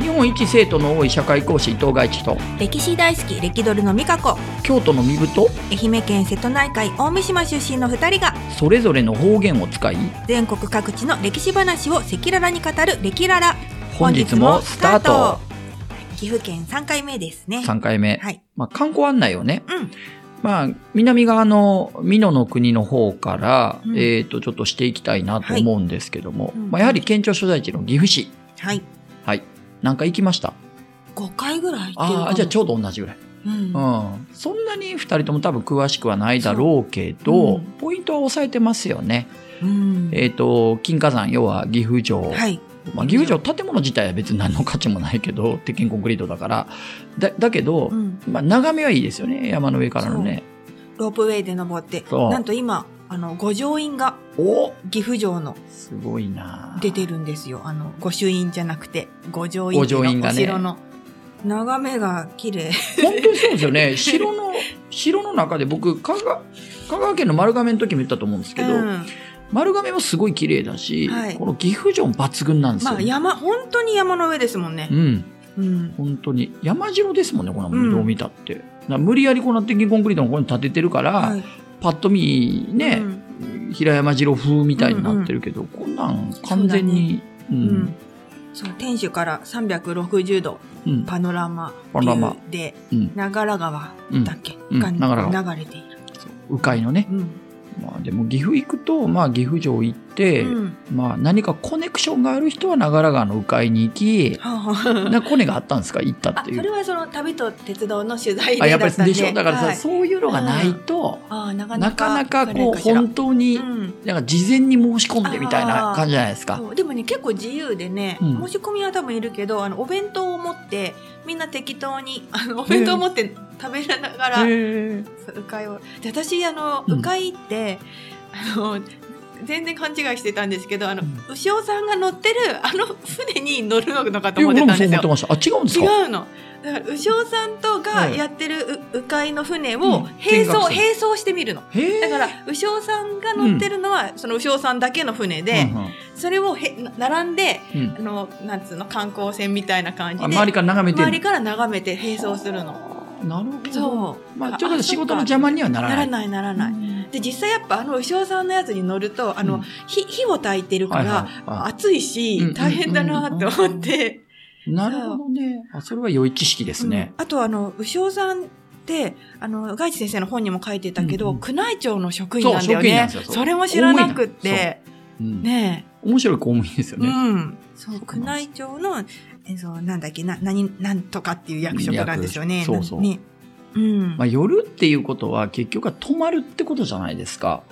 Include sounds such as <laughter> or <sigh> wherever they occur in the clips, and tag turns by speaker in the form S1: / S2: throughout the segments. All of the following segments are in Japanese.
S1: 日本一生徒の多い社会講師伊藤外地と
S2: 歴史大好き歴ドルの美香子
S1: 京都の身分と
S2: 愛媛県瀬戸内海大三島出身の2人が
S1: それぞれの方言を使い
S2: 全国各地の歴史話を赤裸々に語る「歴ララ」
S1: 本日もスタート
S2: 岐阜県3回目ですね
S1: 3回目、
S2: はい
S1: まあ、観光案内をね、
S2: うん
S1: まあ、南側の美濃の国の方から、
S2: うん
S1: えー、とちょっとしていきたいなと思うんですけども、
S2: いうん
S1: まあ、やはり県庁所在地の岐阜市
S2: はい
S1: なんか行きました
S2: 5回ぐらい行ってるか
S1: あ
S2: も
S1: あじゃあちょうど同じぐらい、
S2: うん
S1: うん、そんなに2人とも多分詳しくはないだろうけど
S2: そううん
S1: ポイントは押さえてますよね、
S2: うん
S1: えー、と金華山要は岐阜城、
S2: はい
S1: まあ、岐阜城建物自体は別に何の価値もないけど鉄筋コンクリートだからだだけど、
S2: うん
S1: まあ、眺めはいいですよね山の上からのね
S2: ロープウェイで登って
S1: そう
S2: なんと今あの御城院が
S1: お
S2: 岐阜城の
S1: すごいな
S2: 出てるんですよあの御朱印じゃなくて御城院っていう
S1: 御城印
S2: の
S1: が
S2: お
S1: ね
S2: 城の眺めが綺麗
S1: 本当にそうですよね城の城の中で僕香川香川県の丸亀の時も言ったと思うんですけど、
S2: うん
S1: 丸亀もすごい綺麗だし、
S2: はい
S1: この岐阜城も抜群なんですよ、
S2: まあ山、本当に山の上ですもんね
S1: う。ん
S2: うん。
S1: 本当に山城ですもんねこんなも
S2: うんん
S1: どう見たって、だから無理やりこんな鉄筋コンクリートのここに建ててるから、
S2: はい
S1: パッと見ね、
S2: うん
S1: 平山城風みたいになってるけど、こんなん完全にう,、
S2: うんん。そう、天守から360度
S1: うん
S2: パノラマ
S1: パノラマ
S2: ビューで、
S1: うん
S2: 長良川
S1: うん
S2: だっけ、
S1: うん
S2: が
S1: 長良
S2: 流れている。
S1: 鵜飼のね、
S2: うん。
S1: まあ、でも岐阜行くと、まあ、岐阜城行って、
S2: うん
S1: まあ、何かコネクションがある人は長良川の鵜飼に行き
S2: はあ
S1: <laughs>
S2: はあ
S1: なコネがあったんですか行ったっ
S2: あ、
S1: てい
S2: そうれはその旅と鉄道の取材で
S1: あやっぱ
S2: だ
S1: り
S2: ったん
S1: でしょだからさ、
S2: はい
S1: そういうのがないと、
S2: あーなか
S1: な
S2: なか
S1: かなかこう
S2: 彼ら
S1: 本当に、
S2: うん
S1: なんか事前に申し込んでみたいな感じじゃないですか
S2: そうでもね結構自由でね、
S1: うん
S2: 申し込みは多分いるけどあのお弁当を持ってみんな適当にあのお弁当を持って食べながら
S1: へー
S2: そう鵜飼をで私あの
S1: うん
S2: 鵜飼って、あの全然勘違いしてたんですけどあの、
S1: うん
S2: 牛尾さんが乗ってるあの船に乗るのかと
S1: え
S2: 思って
S1: 俺
S2: た
S1: も
S2: ん
S1: そ
S2: で
S1: う思
S2: す
S1: ってましたあ
S2: よ。
S1: 違うんです
S2: 違
S1: か
S2: うの。だから牛尾さんとが
S1: はい
S2: やってるう鵜飼の船
S1: うん
S2: を並
S1: 見学
S2: 走、
S1: する
S2: 並走してみるの。
S1: へー
S2: だから牛尾さんが乗ってるのは、その牛尾さんだけの船で、それをへ並んで
S1: うんうんうん
S2: あのなんつうの観光船みたいな感じ
S1: あ
S2: で
S1: 周りから眺めて
S2: 周
S1: る
S2: りから眺めて並走するの。
S1: なるほど
S2: そう。
S1: まあ、ちょっと仕事の邪
S2: 邪
S1: 魔にはなら
S2: な
S1: な
S2: ら
S1: い。
S2: ないならない。
S1: い。
S2: で実際やっぱあの牛尾さんのやつに乗るとあの、
S1: うん
S2: 火火を焚いてるか
S1: は
S2: ら、
S1: いはいあ
S2: 暑いし、
S1: うん
S2: 大変だなって思って、
S1: なるほどね。あ、それは良い知識ですね。
S2: うんあとあの牛尾さんってあの外地先生の本にも書いてたけど、
S1: うんうん
S2: 宮内庁の職員なんだ
S1: そ
S2: よ
S1: う職員なんで
S2: ね
S1: すよそ
S2: そうれも知らなくって
S1: うん
S2: ね
S1: 面白い公務員ですよ
S2: えう
S1: ね。
S2: んそう
S1: そうなんです
S2: 宮内庁のえそうなんだっけな何なんとかっていう役職なんですよね
S1: 役職そうそう
S2: ねうん、
S1: まあ、夜っていうことは結局は泊まるってことじゃないですか。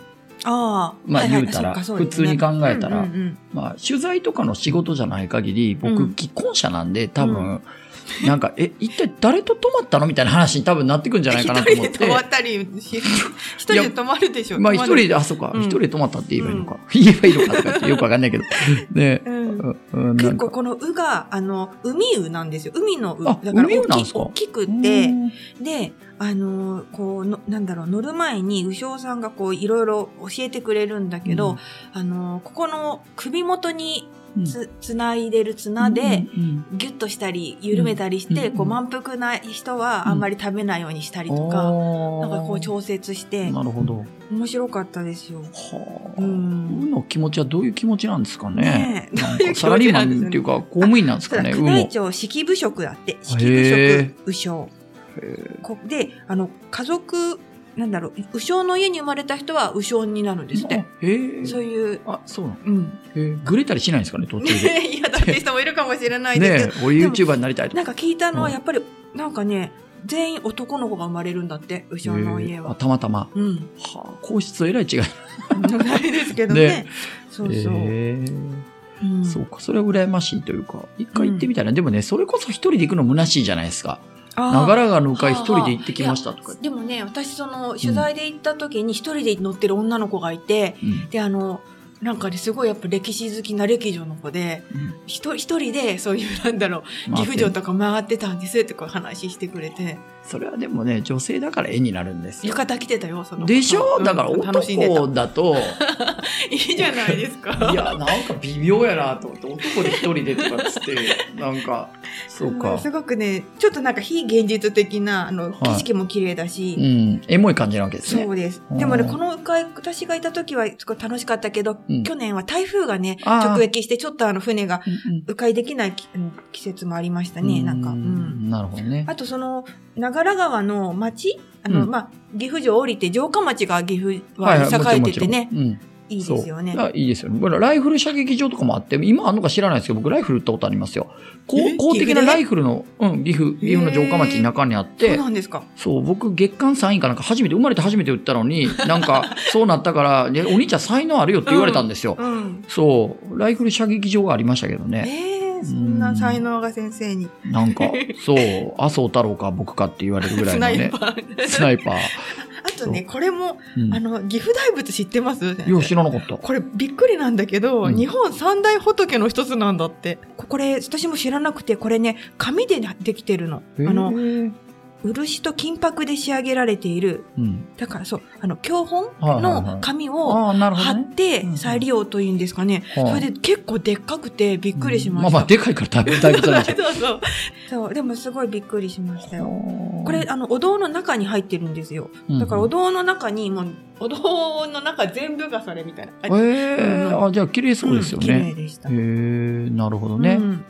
S2: ああ
S1: まあ
S2: はいはい
S1: 言うたら
S2: そっかそうですね
S1: 普通に考えたら
S2: うんうんうん
S1: まあ、取材とかの仕事じゃない限り、
S2: う
S1: 僕、
S2: ん
S1: 既婚者なんで、多
S2: う
S1: 分、なんか、え、一体誰と泊まったのみたいな話に多分なってくんじゃないかなと
S2: <laughs> 一人
S1: 思っ
S2: で泊ま
S1: て。
S2: ったりし、一人で泊まるでしょ。
S1: まあ、
S2: 泊
S1: 一
S2: まる
S1: 人で、あ、そうか、
S2: うん
S1: 一人で泊まったって言えばいいのか。言えばいいのかとかってよくわかんない
S2: <laughs>
S1: けど。ね。
S2: うん
S1: うんうん
S2: 結
S1: なんか
S2: 構この「う」があの海うなんですよ海の「う」
S1: あ
S2: だから
S1: 海うなん
S2: 大
S1: で
S2: き
S1: すか
S2: 大きく
S1: う
S2: て
S1: ん
S2: であのーこうのなんだろう乗る前に鵜匠さんがこういろいろ教えてくれるんだけど、
S1: うん
S2: あのーここの首元に
S1: うん
S2: つつないでる綱で、
S1: うんうん
S2: ギュッとしたり緩めたりして、
S1: うん
S2: こう満腹な人はあんまり食べないようにしたりとか、なんかこう調節して
S1: なるほど。は
S2: 面白かったですよ。
S1: あ。
S2: うん
S1: うの気持ちはどういう気持ちなんですかね。
S2: え
S1: なん
S2: どうい
S1: か
S2: う気持ち
S1: サラリーマ
S2: なんです
S1: ン
S2: よ
S1: っ
S2: ね
S1: ていうか公務員なんです
S2: そ
S1: か
S2: う
S1: ね。
S2: <laughs> だ
S1: う
S2: 宮
S1: も。
S2: 内庁式部職だって式部職右将こであの家族なんだろう右将の家に生まれた人は右将になるんですって
S1: あへえ。
S2: そういう
S1: あ、そうなの。
S2: うん
S1: へえぐれたりしないんですかね、途
S2: <laughs>
S1: 中で。ね
S2: いやだって人もいるかもしれないですけ
S1: え
S2: ど、
S1: 俺 YouTuber になりたいと。
S2: なんか聞いたのは
S1: うん
S2: やっぱりなんかね全員男の子が生まれるんだって右将の家
S1: へえあ
S2: は
S1: たまたま。
S2: うん
S1: はあ、皇室とえらい違い。
S2: ないですけど
S1: ね
S2: ねそうそう
S1: へえ
S2: うん
S1: そうか、それは羨ましいというか、一回行ってみたいな。でもね、それこそ一人で行くの虚しいじゃないですか。
S2: あー
S1: 長良川の鵜飼一人で行ってきましたとか
S2: いや。でもね私その取材で行った時に一人で乗ってる女の子がいて、
S1: うん
S2: であのなんかねすごいやっぱ歴史好きな歴女の子で
S1: うん
S2: 一人一人でそういうなんだろう <laughs>
S1: まあ
S2: 岐阜城とか回ってたんですってこう話してくれて
S1: それはでもね、女性だから絵になるんですよ
S2: 浴。衣着てたよ、その子
S1: でしょ
S2: うん
S1: だから
S2: 楽しんでた。
S1: 男だと、
S2: いいじゃないですか。
S1: いや、なんか微妙やなと思って、男で一人でとかっつって、なんか、そう
S2: う
S1: か
S2: ん。すごくね、ちょっとなんか非現実的な、あ
S1: は
S2: の、
S1: い
S2: 景色も綺麗だ
S1: う
S2: し、
S1: ん、エモい感じなわけですね
S2: そ。うです。
S1: うん
S2: でもね、この回、私がいた時はすごい楽しかったけど、
S1: うん
S2: 去年は台風がね、
S1: あー
S2: 直撃して、ちょっとあの、船が
S1: うん
S2: 迂回できないきうん季節もありました
S1: うん
S2: ね、なんか。
S1: う
S2: うん。
S1: なるほどね。
S2: あと、その、長良川の町あの、
S1: うん
S2: まあ、岐阜城降りて、城下町が岐阜は栄えててね、
S1: もちろんもちろんうん
S2: いいですよね。
S1: そうあいいですよね。これライフル射撃場とかもあって、今あんのか知らないですけど、僕ライフル撃ったことありますよ。こ
S2: え
S1: う公
S2: 岐
S1: 的
S2: 阜
S1: な
S2: で
S1: ライフルの、うん、岐阜、岐阜の城下町の中にあっ
S2: そう
S1: て、
S2: なんですか。
S1: そう、僕月間3位かなんか初めて、生まれて初めて撃ったのに、なん
S2: <laughs>
S1: かそうなったから、ねお兄ちゃん才能あるよって言われたんですよ。
S2: うん。
S1: そう、ライフル射撃場がありましたけどね。
S2: えー、そんな才能が先生に。
S1: なん
S2: <laughs>
S1: か、そう、麻生太郎か僕かって言われるぐらい
S2: ス
S1: の
S2: ナイ
S1: ね。
S2: パー。
S1: スナイパー。
S2: あとね、これも、
S1: うん
S2: あの、岐阜大仏知ってます
S1: いや、知らなかった。
S2: これびっくりなんだけど、
S1: うん
S2: 日本三大仏の一つなんだって。ここれ、私も知らなくて、これね、紙でできてるの。あの、
S1: へえ
S2: 漆と金箔で仕上げられている。
S1: うん、
S2: だからそう、あの、教本
S1: はいはいは
S2: の
S1: い
S2: 紙を
S1: ああ、なるほ
S2: 貼
S1: どね。
S2: って
S1: うんうん
S2: 再利用というんですかね。
S1: はあ
S2: それで結構でっかくてびっくりしま
S1: あ
S2: した。
S1: まあ、でかいから大分大分なんですよ。
S2: <laughs> そうそう。そう、でもすごいびっくりしましたよ。こ
S1: こ
S2: れ、、あの、お堂の中に入ってるんですよ。だからお堂の中に、もう、お堂の中全部がそれみたいな。
S1: うんえ
S2: うん
S1: ー、あじゃあ綺麗そうですよ
S2: うん綺麗
S1: ね。
S2: でした。
S1: へえなるほどね、
S2: うん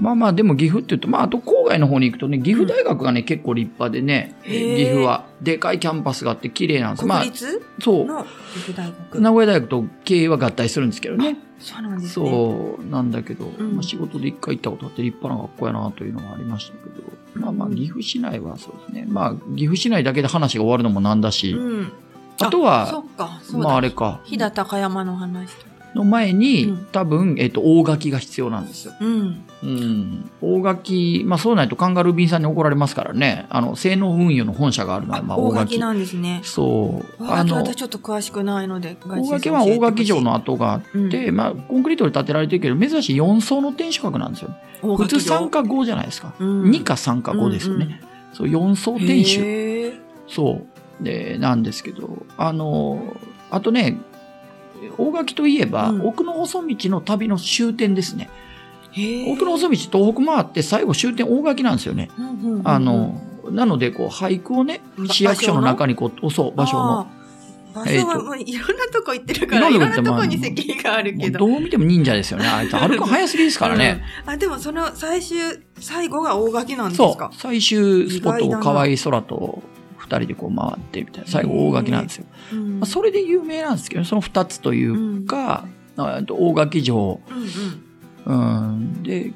S1: まあまあでも岐阜っていうと、まあ、あと郊外の方に行くとね岐阜大学がね、結構立派でね
S2: へー
S1: 岐阜はでかいキャンパスがあって綺麗なんです、ま
S2: 国
S1: あ、
S2: 立
S1: そう
S2: の岐阜大学。
S1: 名古屋大学と経営は合体するんですけどね
S2: そうなんですね。
S1: そうなんだけど、
S2: ん
S1: まあ、仕事で一回行ったことあって立派な学校やなというのがありましたけど、まあまあ
S2: うん
S1: 岐阜市内はそうですねまあ岐阜市内だけで話が終わるのもなんだし、
S2: うん。
S1: あと
S2: そ
S1: は
S2: っか、そうだ。
S1: まああれか
S2: 飛騨高山の話と。
S1: の前に、
S2: うん
S1: 多分、えっと大垣が必要なんですよ。
S2: うん。
S1: うん、大垣、まあ、そうないとカンガルー便さんに怒られますからねあの性能運輸の本社があるのは、まあ、
S2: 大
S1: 大
S2: 垣
S1: 垣
S2: なんですね。
S1: そう
S2: 大
S1: あ
S2: 垣
S1: の
S2: 私ちょっと詳しくないので、
S1: 大垣は大垣城の跡があっ
S2: うん
S1: て、まあ、コンクリートで建てられてるけど珍しい4層の天守閣なんですよ普通3か5じゃないですか、
S2: うん
S1: 2か3か5ですよね、そう4層天守
S2: 守。
S1: そうでなんですけどあのあとね大垣といえば、
S2: うん
S1: 奥の細道の旅の終点ですね
S2: へ
S1: 奥の細道東北回って最後終点大垣なんですよね。
S2: の
S1: あ、の、なのでこう俳句をね
S2: ば
S1: 市役所の中にこうそう場所
S2: あ
S1: の。
S2: ー。場所
S1: えー
S2: は
S1: と
S2: もういろんなとこ行ってるから、
S1: い
S2: い
S1: ろ
S2: ろん
S1: んな
S2: なと
S1: とこ行って
S2: こ
S1: ま
S2: に
S1: あ
S2: 席がある
S1: も
S2: け
S1: う
S2: ど。
S1: どう見ても忍者ですよね
S2: <laughs>
S1: あいつ歩くの早すぎですからね。
S2: うん。あ、でもその最終、最後が大垣なんです
S1: そう
S2: か。
S1: 最終スポット
S2: 意外だ
S1: を
S2: な
S1: 河合空と2人でこう回ってみたいな最後大垣なんですよ。
S2: う。うん
S1: まあそれで有名なんですけどその2つというか、あと大垣城
S2: うんうん。
S1: うんで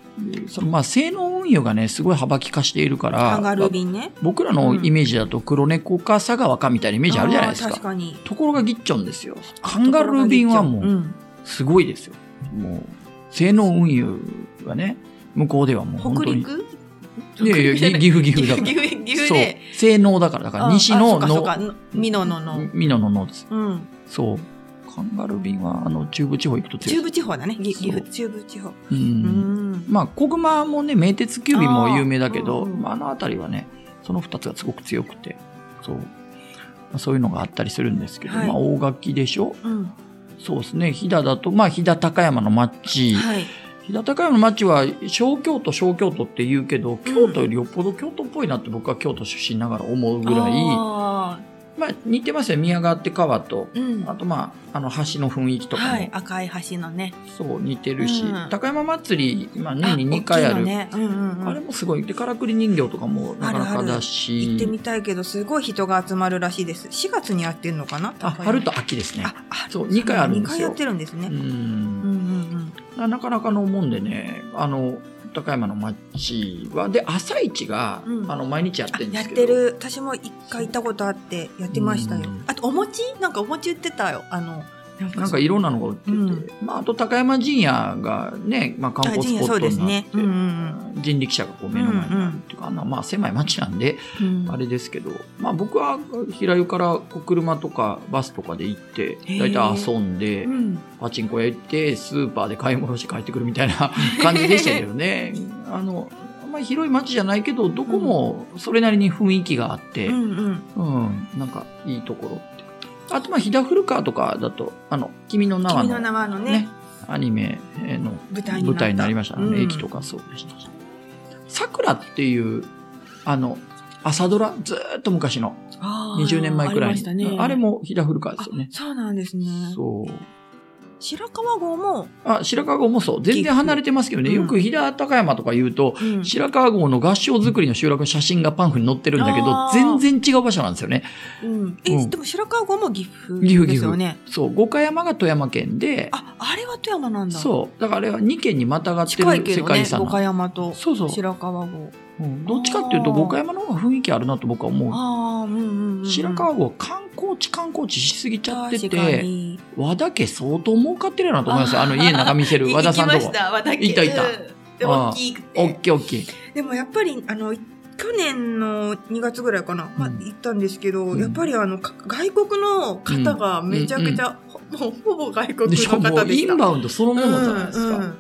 S1: そのまあ性能運輸がねすごい幅利かしているか
S2: カンガ
S1: ら
S2: ルー便ね。
S1: 僕らのイメージだと黒猫か佐川かみたいなイメージあるじゃないです
S2: あー
S1: か
S2: 確。かに。
S1: ところがギッチョンですよ。カンガルー便はも
S2: う
S1: うんすごいですよ。もう、性能運輸がね、向こうではもう本
S2: 北
S1: 当に。
S2: 陸
S1: いやいや、ぎ
S2: <laughs> 岐
S1: 岐阜岐阜だ
S2: 阜
S1: から。
S2: 岐阜岐阜
S1: そう
S2: で。
S1: 性能だから、だから西の
S2: ああそう
S1: の
S2: か、そうか美濃のの。
S1: 美濃ののです。
S2: うん。
S1: そう。カンガルー便は、あの、中部地方行くと
S2: 中
S1: 強い。
S2: 部地方だね。ぎ
S1: そう
S2: 岐阜中部地方。
S1: う。
S2: うんん。
S1: まあ、小熊もね、名鉄急便も有名だけ
S2: あー
S1: ど、
S2: うんうん
S1: まあ、あの辺りはね、その二つがすごく強くて、そう。まあそういうのがあったりするんですけど、
S2: はい
S1: まあ、大垣でしょ
S2: うん。
S1: そうですね。飛騨だと、まあ、飛騨高山の町。
S2: はい。
S1: 飛騨高山の町は小京都小京都って言うけど京都よりよっぽど京都っぽいなって僕は京都出身ながら思うぐらい、
S2: あ
S1: まあ似てますよ宮川って川と
S2: ーうん。
S1: あとまああの橋の雰囲気とかも、
S2: はい。赤い橋のね。
S1: そう似てるし、
S2: うん
S1: 高山祭り、まあ、
S2: あ
S1: 年に2回あ
S2: 大き
S1: る
S2: いのねうんうん
S1: あ
S2: う
S1: れ
S2: ん。
S1: もすごいでからくり人形とかもなかなかだし
S2: 行ってみたいけど、すごい人が集まるらしいです。4月にやってるのかな
S1: あ
S2: 高い
S1: 春と秋ですね
S2: あ、あ
S1: そう二回あるんですよ
S2: 2回やってるんです
S1: う
S2: ね。うん
S1: ん
S2: うん
S1: ななかなかのもんでねあの高山の町はで朝市が、
S2: うん
S1: あの毎日やって
S2: う
S1: るん
S2: ん。
S1: で
S2: やっ
S1: すけど
S2: てる。私も一回行ったことあって、やってましたよ
S1: うん。
S2: あと、お餅なんかお餅売ってたよ。あの、
S1: なんかいろんなのが売ってて、
S2: うん
S1: まあ、あと高山陣屋がね、まあ、観光スポットになって
S2: あ陣屋そうですね、うんうん
S1: 人力車がこう目の前にあるっていうか、あんなまあ狭い町なんで
S2: うん
S1: あれですけど、まあ、僕は平湯からこう車とかバスとかで行って
S2: へえ
S1: 大体遊んで
S2: うん。
S1: パチン
S2: <laughs>
S1: コ屋行ってスーパーで買い物して帰ってくるみたいな感じでしたけどねあのまり広い町じゃないけど、どこもそれなりに雰囲気があって、
S2: う
S1: うん、
S2: んうん。
S1: なんかいいところって。あと、まあ、飛騨古川とかだと、あの、君の名は
S2: 君
S1: の
S2: の名はの
S1: ね
S2: ね、
S1: アニメの
S2: 舞台にな
S1: 舞
S2: った
S1: 台になりましたね。
S2: うん
S1: 駅とかそうでしたし。桜っていう、あの、朝ドラ、ずーっと昔の、
S2: あー
S1: 20年前くらい
S2: ありましたね
S1: に。。あれも飛騨古川で
S2: あ、
S1: すよね。
S2: そうなんですね。
S1: そう。
S2: 白川郷も、
S1: あ、白川郷もそう。全然離れてますけどね。
S2: うん
S1: よく飛騨高山とか言うと、
S2: うん
S1: 白川郷の合掌造りの集落の写真がパンフに載ってるんだけど
S2: あ、ー
S1: 全然違う場所なんですよね。
S2: うんえ、
S1: うん
S2: でも白川郷も岐阜
S1: 岐阜
S2: ですよね。
S1: そう。五箇山が富山県で、
S2: あ、あれは富山なんだ。
S1: そう。だからあれは2県にまたがって
S2: 近い
S1: る
S2: け
S1: 世
S2: どね
S1: 界遺、産
S2: 五
S1: なの、
S2: 箇山と
S1: そうそう。
S2: 白川郷。
S1: うんどっちかっていうと、
S2: あー
S1: 五箇山の方が雰囲気あるなと僕は思
S2: ああ、うんうん、うん。
S1: う。白川郷は観光地観光地しすぎちゃって
S2: 確か
S1: て、
S2: に
S1: 和田家相当儲かってるよなと思いますよ。あの家眺見せる和田さん
S2: <laughs> 行
S1: と
S2: きまし
S1: こ。
S2: た和田家
S1: いたいた
S2: うんで
S1: ああ
S2: 大きく
S1: おっ
S2: て
S1: きいおっきい。
S2: でもやっぱりあの去年の2月ぐらいかな、まあ、
S1: うん
S2: 行ったんですけど、
S1: うん
S2: やっぱりあのか外国の方がめちゃくちゃ、ほ <laughs> もうほぼ外国
S1: でしか
S2: の
S1: も
S2: 方で
S1: イ
S2: し
S1: ン
S2: た。
S1: バウンドそのものじゃないですか。
S2: うん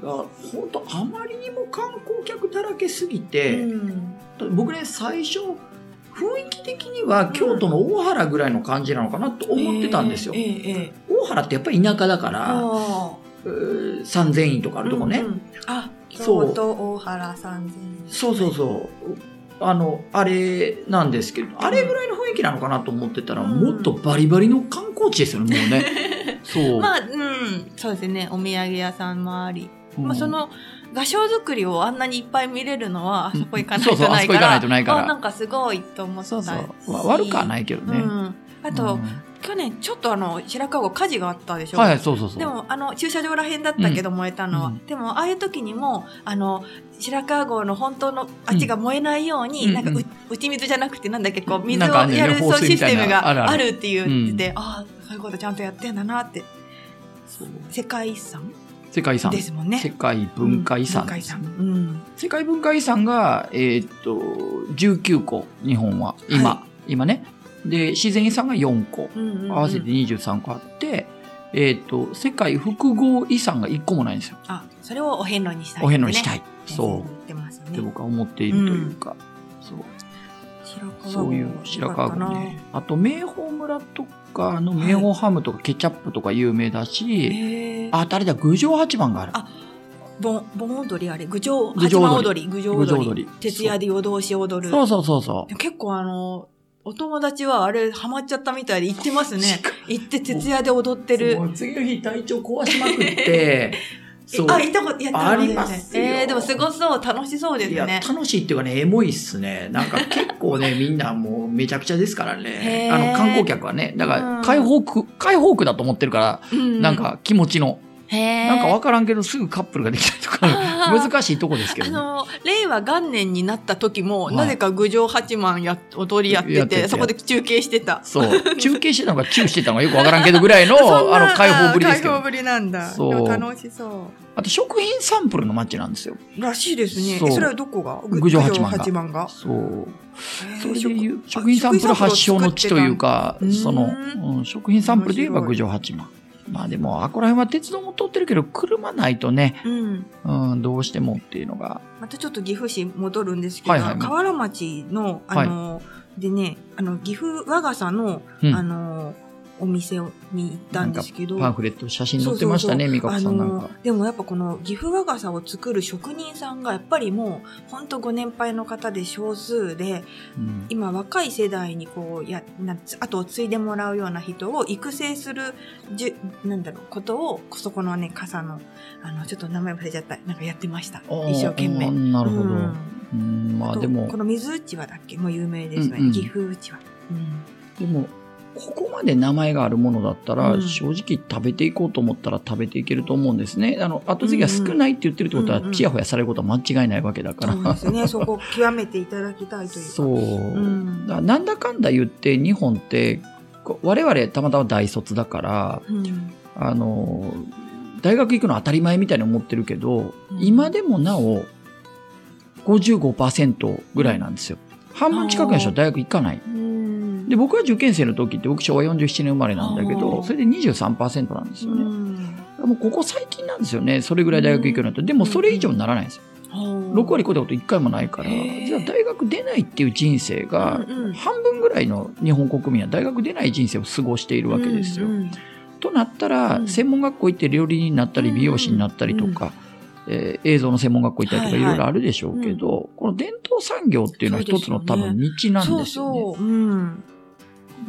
S1: だから本当あまりにも観光客だらけすぎ
S2: う
S1: て、
S2: ん
S1: 僕ね最初雰囲気的には京都の大原ぐらいの感じなのかなと思ってたんですよ、
S2: ええええええ
S1: 大原ってやっぱり田舎だから、
S2: あ
S1: えー三千院とかあ
S2: あ
S1: るとこね、
S2: うんうんあ
S1: そう
S2: 京都大原さん
S1: そうそうそうあのあれなんですけどあれぐらいの雰囲気なのかなと思ってたら、
S2: うん
S1: もっとバリバリの観光地ですよねもうね
S2: <laughs>
S1: そう、
S2: まあうんそうですねお土産屋さんもあり、
S1: うん
S2: まあ、その画商作りをあんなにいっぱい見れるのはあそこ行かない
S1: うんそうそ
S2: と
S1: うあ
S2: な
S1: そ
S2: い
S1: こ行
S2: か
S1: からないとないから
S2: あんかすごいと思った
S1: そうそうわ悪くはないけどね、
S2: うん、あと、
S1: うん
S2: 去年ちょっとあの白川郷火事があったでしょ、
S1: はいそうそうそう
S2: でもあの駐車場らへんだったけど燃えたのは、
S1: うん
S2: でもああいう時にもあの白川郷の本当のあっちが燃えないように、
S1: うん
S2: なんか
S1: うんう
S2: うん打ち水じゃなくてなんだっけこう水
S1: な
S2: を
S1: んかあんねんね
S2: やるそう
S1: 放水
S2: シ
S1: み
S2: ス
S1: たいな
S2: テム
S1: あるあ
S2: が
S1: る
S2: あるって言ってて、
S1: う
S2: ああそういうことちゃんとやってんだなって
S1: そう
S2: 世界遺産
S1: 世界遺産
S2: ですもんね
S1: 世界文化遺産,、
S2: うん文化遺産、うん、
S1: 世界文化遺産が、えーっと19個日本は今、
S2: は
S1: 今ねで自然遺産が4個
S2: うんうんうん
S1: 合わせて23個あって、えーっと世界複合遺産が1個もないんですよ、
S2: あそれをお遍路にしたい、
S1: お遍路にした
S2: い
S1: い、そう
S2: 言ってますよ
S1: って
S2: ね
S1: 僕は思っているというか、そう
S2: 白川郷
S1: そういう白川郷ねあと名宝村とかの名宝ハムとかケチャップとか有名だし、
S2: へえ
S1: あとあれだ郡上八番がある
S2: あ盆盆踊りあれ郡上
S1: 郡
S2: 八
S1: 上
S2: 幡
S1: 踊
S2: 踊り郡上踊り
S1: 郡上踊り
S2: 徹夜で夜通し踊る
S1: そうそうそうそう
S2: 結構あのお友達はあれハマっちゃったみたいで行ってますね行って徹夜で踊ってる
S1: もう次の日体調壊しまくって
S2: <laughs> えあ行ったことやったこと
S1: ありますよ
S2: えーでもすごそう楽しそうです
S1: いや
S2: ね
S1: 楽しいっていうかねエモいっすねなんか結構
S2: <laughs>
S1: ねみんなもうめちゃくちゃですからね
S2: へー
S1: あの観光客はねだか
S2: う
S1: ら
S2: ん
S1: 解放区、解放区だと思ってるから、な
S2: な
S1: んか気持ちの、
S2: な
S1: なんか分からんけどすぐカップルができたりとか
S2: 難
S1: 難しいとこですけ
S2: あ
S1: ど、ね、
S2: の令和元年になった時も、
S1: はい
S2: なぜか郡上八幡や踊りやってて
S1: やってて
S2: そこで中継してた
S1: そう中継してたのかチューしてたのかよく分からんけどぐらいの
S2: <laughs> そんな
S1: あの解放ぶりですけ
S2: あ解
S1: ど
S2: 放ぶりなんだ
S1: そう
S2: でも楽しそ
S1: あと食品サンプルの街なんですよ
S2: うらしいですねえ
S1: そ
S2: そうれはどこがぐ
S1: 郡上八幡が
S2: 郡八幡が
S1: そう
S2: へー
S1: それでいう
S2: あ
S1: 食品サンプル発祥の地というか
S2: 食、
S1: そ
S2: 品サンプル
S1: の
S2: を作ってた、
S1: うん食品サンプルで言えば
S2: 面白
S1: 郡
S2: い
S1: 上八幡。まあでも、あこら辺は鉄道も通ってるけど、車ないとね、
S2: うん
S1: うん、どうしてもっていうのが、
S2: またちょっと岐阜市戻るんですけど、
S1: はいはい
S2: 河原町のあの、でねあの岐阜我がさの、
S1: うん
S2: あのお店をに行ったんですけど
S1: パンフレット、写真載ってましたね、
S2: そう
S1: 美
S2: そう
S1: 香子
S2: そ
S1: さ
S2: うん
S1: な
S2: あ
S1: ん
S2: の
S1: か。
S2: でもやっぱこの岐阜和傘を作る職人さんがやっぱりもうほんとご年配の方で少数で
S1: うん
S2: 今若い世代にこうやな後を継いでもらうような人を育成するじゅなんだろうことをそこのね傘のあのちょっと名前忘れちゃったなんかやってました一生懸
S1: あー
S2: 命。
S1: なるほど。
S2: うん
S1: うんまあ
S2: と
S1: でも
S2: こ、の水うちわだっけもう有名ですよね、
S1: うんうん
S2: 岐阜うちわ、うん
S1: でも、ここまで名前があるものだったら、
S2: うん
S1: 正直食べていこうと思ったら食べていけると思うんですね。あの、後継ぎが少ないって言ってるってことは
S2: うんう、ん
S1: ちやほやされることは間違いないわけだから。
S2: そうです
S1: <laughs>
S2: ねそこを極めていただきたいというか
S1: そう。
S2: うん
S1: だなんだかんだ言って日本ってこう我々たまたま大卒だから
S2: うん
S1: あの大学行くの当たり前みたいに思ってるけど、
S2: うん
S1: 今でもなお55%ぐらいなんですよ。半分近くの人は大学行かない。
S2: うん
S1: で、僕は受験生の時って僕昭和47年生まれなんだけ
S2: あ
S1: ど、
S2: ー
S1: それで23%なんですよ
S2: う
S1: ね。
S2: ん
S1: もうここ最近なんですよね。それぐらい大学行くようになった。でもそれ以上にならないんですよ。 6
S2: 6
S1: 割超えたこと1回もないから
S2: へー
S1: じゃあ大学出ないっていう人生が
S2: うんうん
S1: 半分ぐらいの日本国民は大学出ない人生を過ごしているわけですよ。
S2: うんうん
S1: となったら、
S2: うん
S1: 専門学校行って料理人になったり
S2: うん
S1: 美容師になったりとか、えー映像の専門学校行ったりとか
S2: はい
S1: い
S2: は
S1: ろ
S2: い
S1: いろあるでしょうけど、この伝統産業っていうのは一つの
S2: そうですよね
S1: 多分道なん
S2: そう
S1: ですよね。
S2: そう、うん、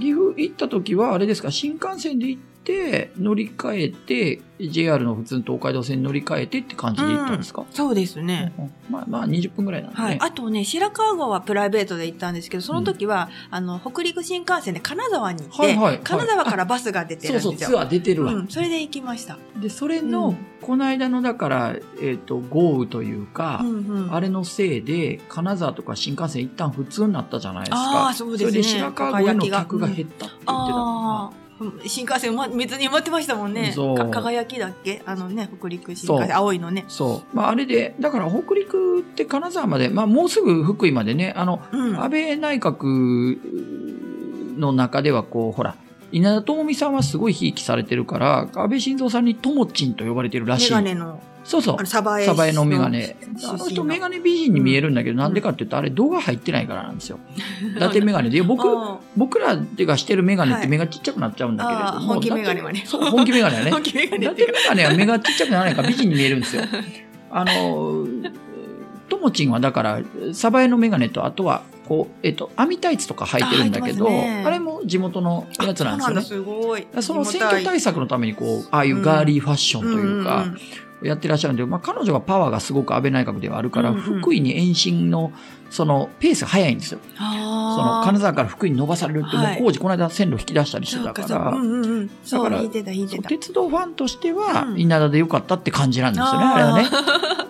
S1: 岐阜行った時はあれですか新幹線で行って乗り換えて JR の普通の東海道線に乗り換えてって感じで行ったんですか、
S2: そうですね。
S1: うんまあまあ20分ぐらいなんでね、
S2: はい、あとね白川郷はプライベートで行ったんですけどその時は、あの北陸新幹線で金沢に行って、
S1: はいはいはい
S2: 金沢からバスが出てるん
S1: そ
S2: で
S1: う
S2: す
S1: そう
S2: よ。
S1: ツアー出てるわ、
S2: うん、それで行きました。
S1: でそれ
S2: う
S1: の
S2: ん
S1: この間のだから、えっと豪雨というか、
S2: うんうん、
S1: あれのせいで金沢とか新幹線一旦普通になったじゃないですか
S2: あーそうですね
S1: れで白川郷への客が減ったって言ってた
S2: ああー、新幹線、ま、別に埋まってましたもんね。
S1: そう
S2: か輝きだっけあのね、北陸新
S1: そう
S2: 幹線、青いのね。
S1: そう、まあ、あれでだから北陸って金沢まで、まあ、もうすぐ福井までねあの
S2: うん。
S1: 安倍内閣の中ではこうほら稲田朋美さんはすごいひいきされてるから安倍晋三さんにともちんと呼ばれてるらし
S2: メ
S1: い
S2: ガネの、
S1: そうそう
S2: あの、サバエ。
S1: サバエのメガネ。あの人メガネ美人に見えるんだけど、な、んでかって言うと、あれ、動画入ってないからなんですよ。伊達メガネで、僕、
S2: あ
S1: 僕らがしてるメガネっ
S2: はい
S1: て目がちっちゃくなっちゃうんだけれども、
S2: あー本気メガネは
S1: だ
S2: ね
S1: ってそう、本気メガネは
S2: ー
S1: ね。
S2: 本気メガ
S1: 伊
S2: ネっ
S1: 達メ
S2: ていうか
S1: ガネは目がちっちゃくならないから美人に見えるんです
S2: <laughs>
S1: よ。あの、ともちんはだから、サバエのメガネと、あとは、こう、えっと、網タイツとか履いてるんだけど、
S2: あ
S1: あ
S2: 履いてますね
S1: れも地元のやつなんですよね。
S2: そうなんだ、すごい。
S1: その選挙対策のために、こう、ああいうガーリーファッション
S2: と
S1: というか、やってらっしゃるんで、まあ、彼女がパワーがすごく安倍内閣ではあるから、
S2: うんうん
S1: 福井に延伸のそのペースが早いんですよ。その
S2: ああ。
S1: 金沢から福井に伸ばされるって、も
S2: はい
S1: う工事この間線路引き出したりして
S2: そ
S1: た
S2: う
S1: か
S2: からそうか。うんうんうん。そ
S1: だ
S2: う、
S1: から
S2: 弾いてた、弾いて
S1: そう
S2: た。
S1: 鉄道ファンとしては、
S2: うん
S1: 稲田で良かったって感じなんですよねあれはね。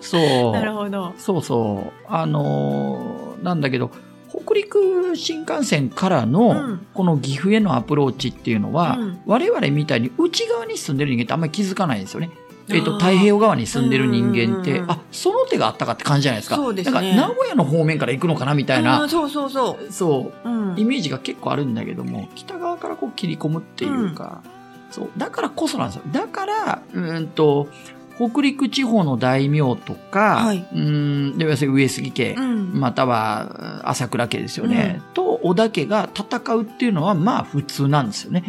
S2: <laughs>
S1: そ
S2: なる
S1: う
S2: ほど。
S1: そうそうあのーなんだけど北陸新幹線からの、
S2: うん
S1: この岐阜へのアプローチっていうのは、
S2: うん
S1: 我々みたいに内側に住んでる人間ってあんまり気づかないんですよね。えっと
S2: あー
S1: 太平洋側に住んでる人間って、
S2: うんうんうんうん
S1: あその手があったかって感じじゃないですか
S2: そうですね
S1: なんか名古屋の方面から行くのかなみたい
S2: うん
S1: な、
S2: そうそうそう。
S1: そう
S2: うん
S1: イ。メージが結構あるんだけども北側からこう切り込むっていうか、そうだからこそなんですよだからうーんと北陸地方の大名とか、
S2: はいう
S1: ーんで要するに上杉家、
S2: うん。
S1: または朝倉家ですよね、と織田家が戦うっていうのはまあ普通なんですよね。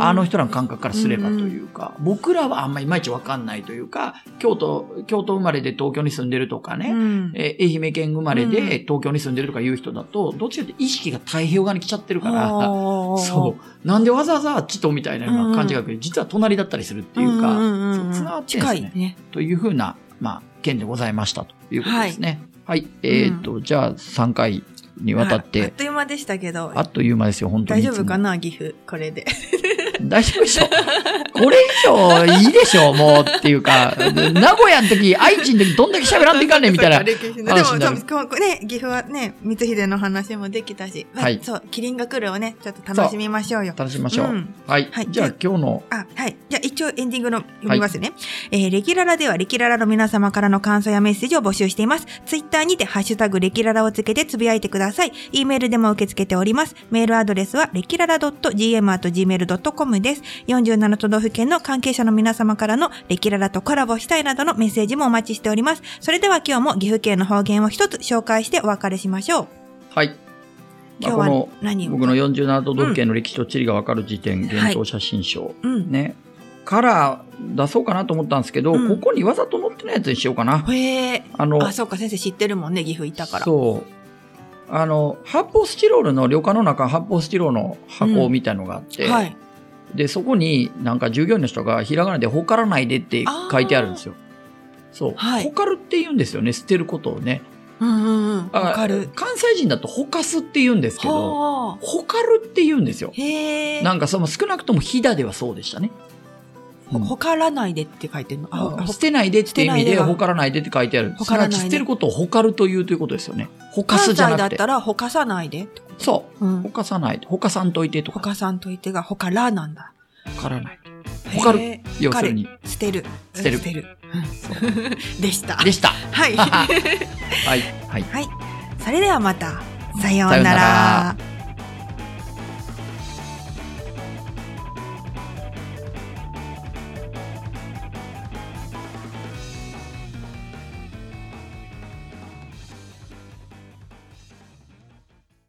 S1: あの人らの感覚からすればというか、僕らはあんまいまいちわかんないというか、京都、京都生まれで東京に住んでるとかね、
S2: ね、
S1: えー愛媛県生まれ
S2: う
S1: で
S2: ん
S1: 東京に住んでるとかいう人だと、どっちかというと意識が太平洋側に来ちゃってるか
S2: あ
S1: ら、
S2: ー
S1: そう。なんでわざわざあっちとみたいなような感じがあるけど、実は隣だったりするっていうか、
S2: んんんん
S1: そう繋がってんです
S2: 近
S1: ね
S2: いね。
S1: というふうな、まあ、件でございましたということですね。はい。えーっと、じゃあ3回にわたっ、
S2: ああってという間でしたけど
S1: あ、っという間ですよ、本当にい
S2: 大
S1: つ
S2: 丈
S1: も。
S2: 夫かな岐阜、これで。
S1: 大丈夫でしょこれ以上いいでしょもうっていうか、名古屋の時、愛知の時どんだけ喋らんでいかんねんみ
S2: <laughs>
S1: たいな。
S2: 歴史ので
S1: 話になる
S2: も、そうこうね、岐阜はね、光秀の話もできたし、まあ
S1: はい
S2: そう、キリンが来るをね、ちょっと楽しみましょうよ。
S1: 楽しみましょう。
S2: うん
S1: はい、
S2: はい
S1: じゃあ
S2: じ
S1: 今日の、
S2: あ、はい。じゃあ一応エンディングの読みますね。えー、レキララではレキララの皆様からの感想やメッセージを募集しています。ツイッターにてハッシュタグレキララをつけてつぶやいてください。E メールでも受け付けております。メールアドレスはレキララ .gm.gmail.com です。47都道府県の関係者の皆様からのレキララとコラボしたいなどのメッセージもお待ちしております。それでは今日も岐阜県の方言を一つ紹介してお別れしましょう。
S1: はい。ま
S2: 今
S1: あ
S2: 日
S1: こ
S2: は
S1: の
S2: 何を
S1: 僕の47都道府県の歴史と地理がわかる時点、
S2: は
S1: 幻
S2: い
S1: 冬写真賞、
S2: うん。
S1: ね。から出そうかなと思ったんですけど、
S2: うん
S1: ここにわざと載ってないやつにしようかな。
S2: へえ。
S1: あの、
S2: あ、そうか、先生知ってるもんね、岐阜行ったから。
S1: そう。あの、発泡スチロールの、旅館の中、発泡スチロールの箱みたいのがあって、
S2: はい。
S1: で、そこになんか従業員の人がひらがなで「ほからないで」って書いてあるんですよ。そう。
S2: はい
S1: ほかるって言うんですよね。捨てることをね。
S2: うんうんうん。
S1: あ
S2: わかる。
S1: 関西人だとほかすって言うんですけど、
S2: はあ
S1: ほかるって言うんですよ。
S2: へえ。
S1: なんかその少なくとも飛騨ではそうでしたね。
S2: ほほからないでって書いてるの。あ、ほ
S1: あ捨てないでって意味
S2: 捨てないで
S1: で、
S2: は
S1: ほからないでって書いてある。
S2: ほ
S1: す
S2: から
S1: な
S2: ない
S1: わち
S2: で
S1: 捨てることをほかるというということですよね。ほか
S2: 関
S1: す
S2: 西
S1: じゃ
S2: だ
S1: な
S2: っ
S1: くて
S2: た。らほかさないでってこと。
S1: そうう。ほ
S2: ん。
S1: かさないで。ほかさんといてと
S2: ほ
S1: か。
S2: かさんといてがほからなんだ。
S1: ほからない。ほかる
S2: へー
S1: 要するに。
S2: 捨てる。
S1: 捨てる
S2: 捨てる。
S1: <laughs>
S2: うんでした。
S1: でした。 <laughs>
S2: はい。
S1: はい。はい。
S2: はい。それではまた。さよう
S1: さよう
S2: な
S1: な
S2: ら
S1: ら。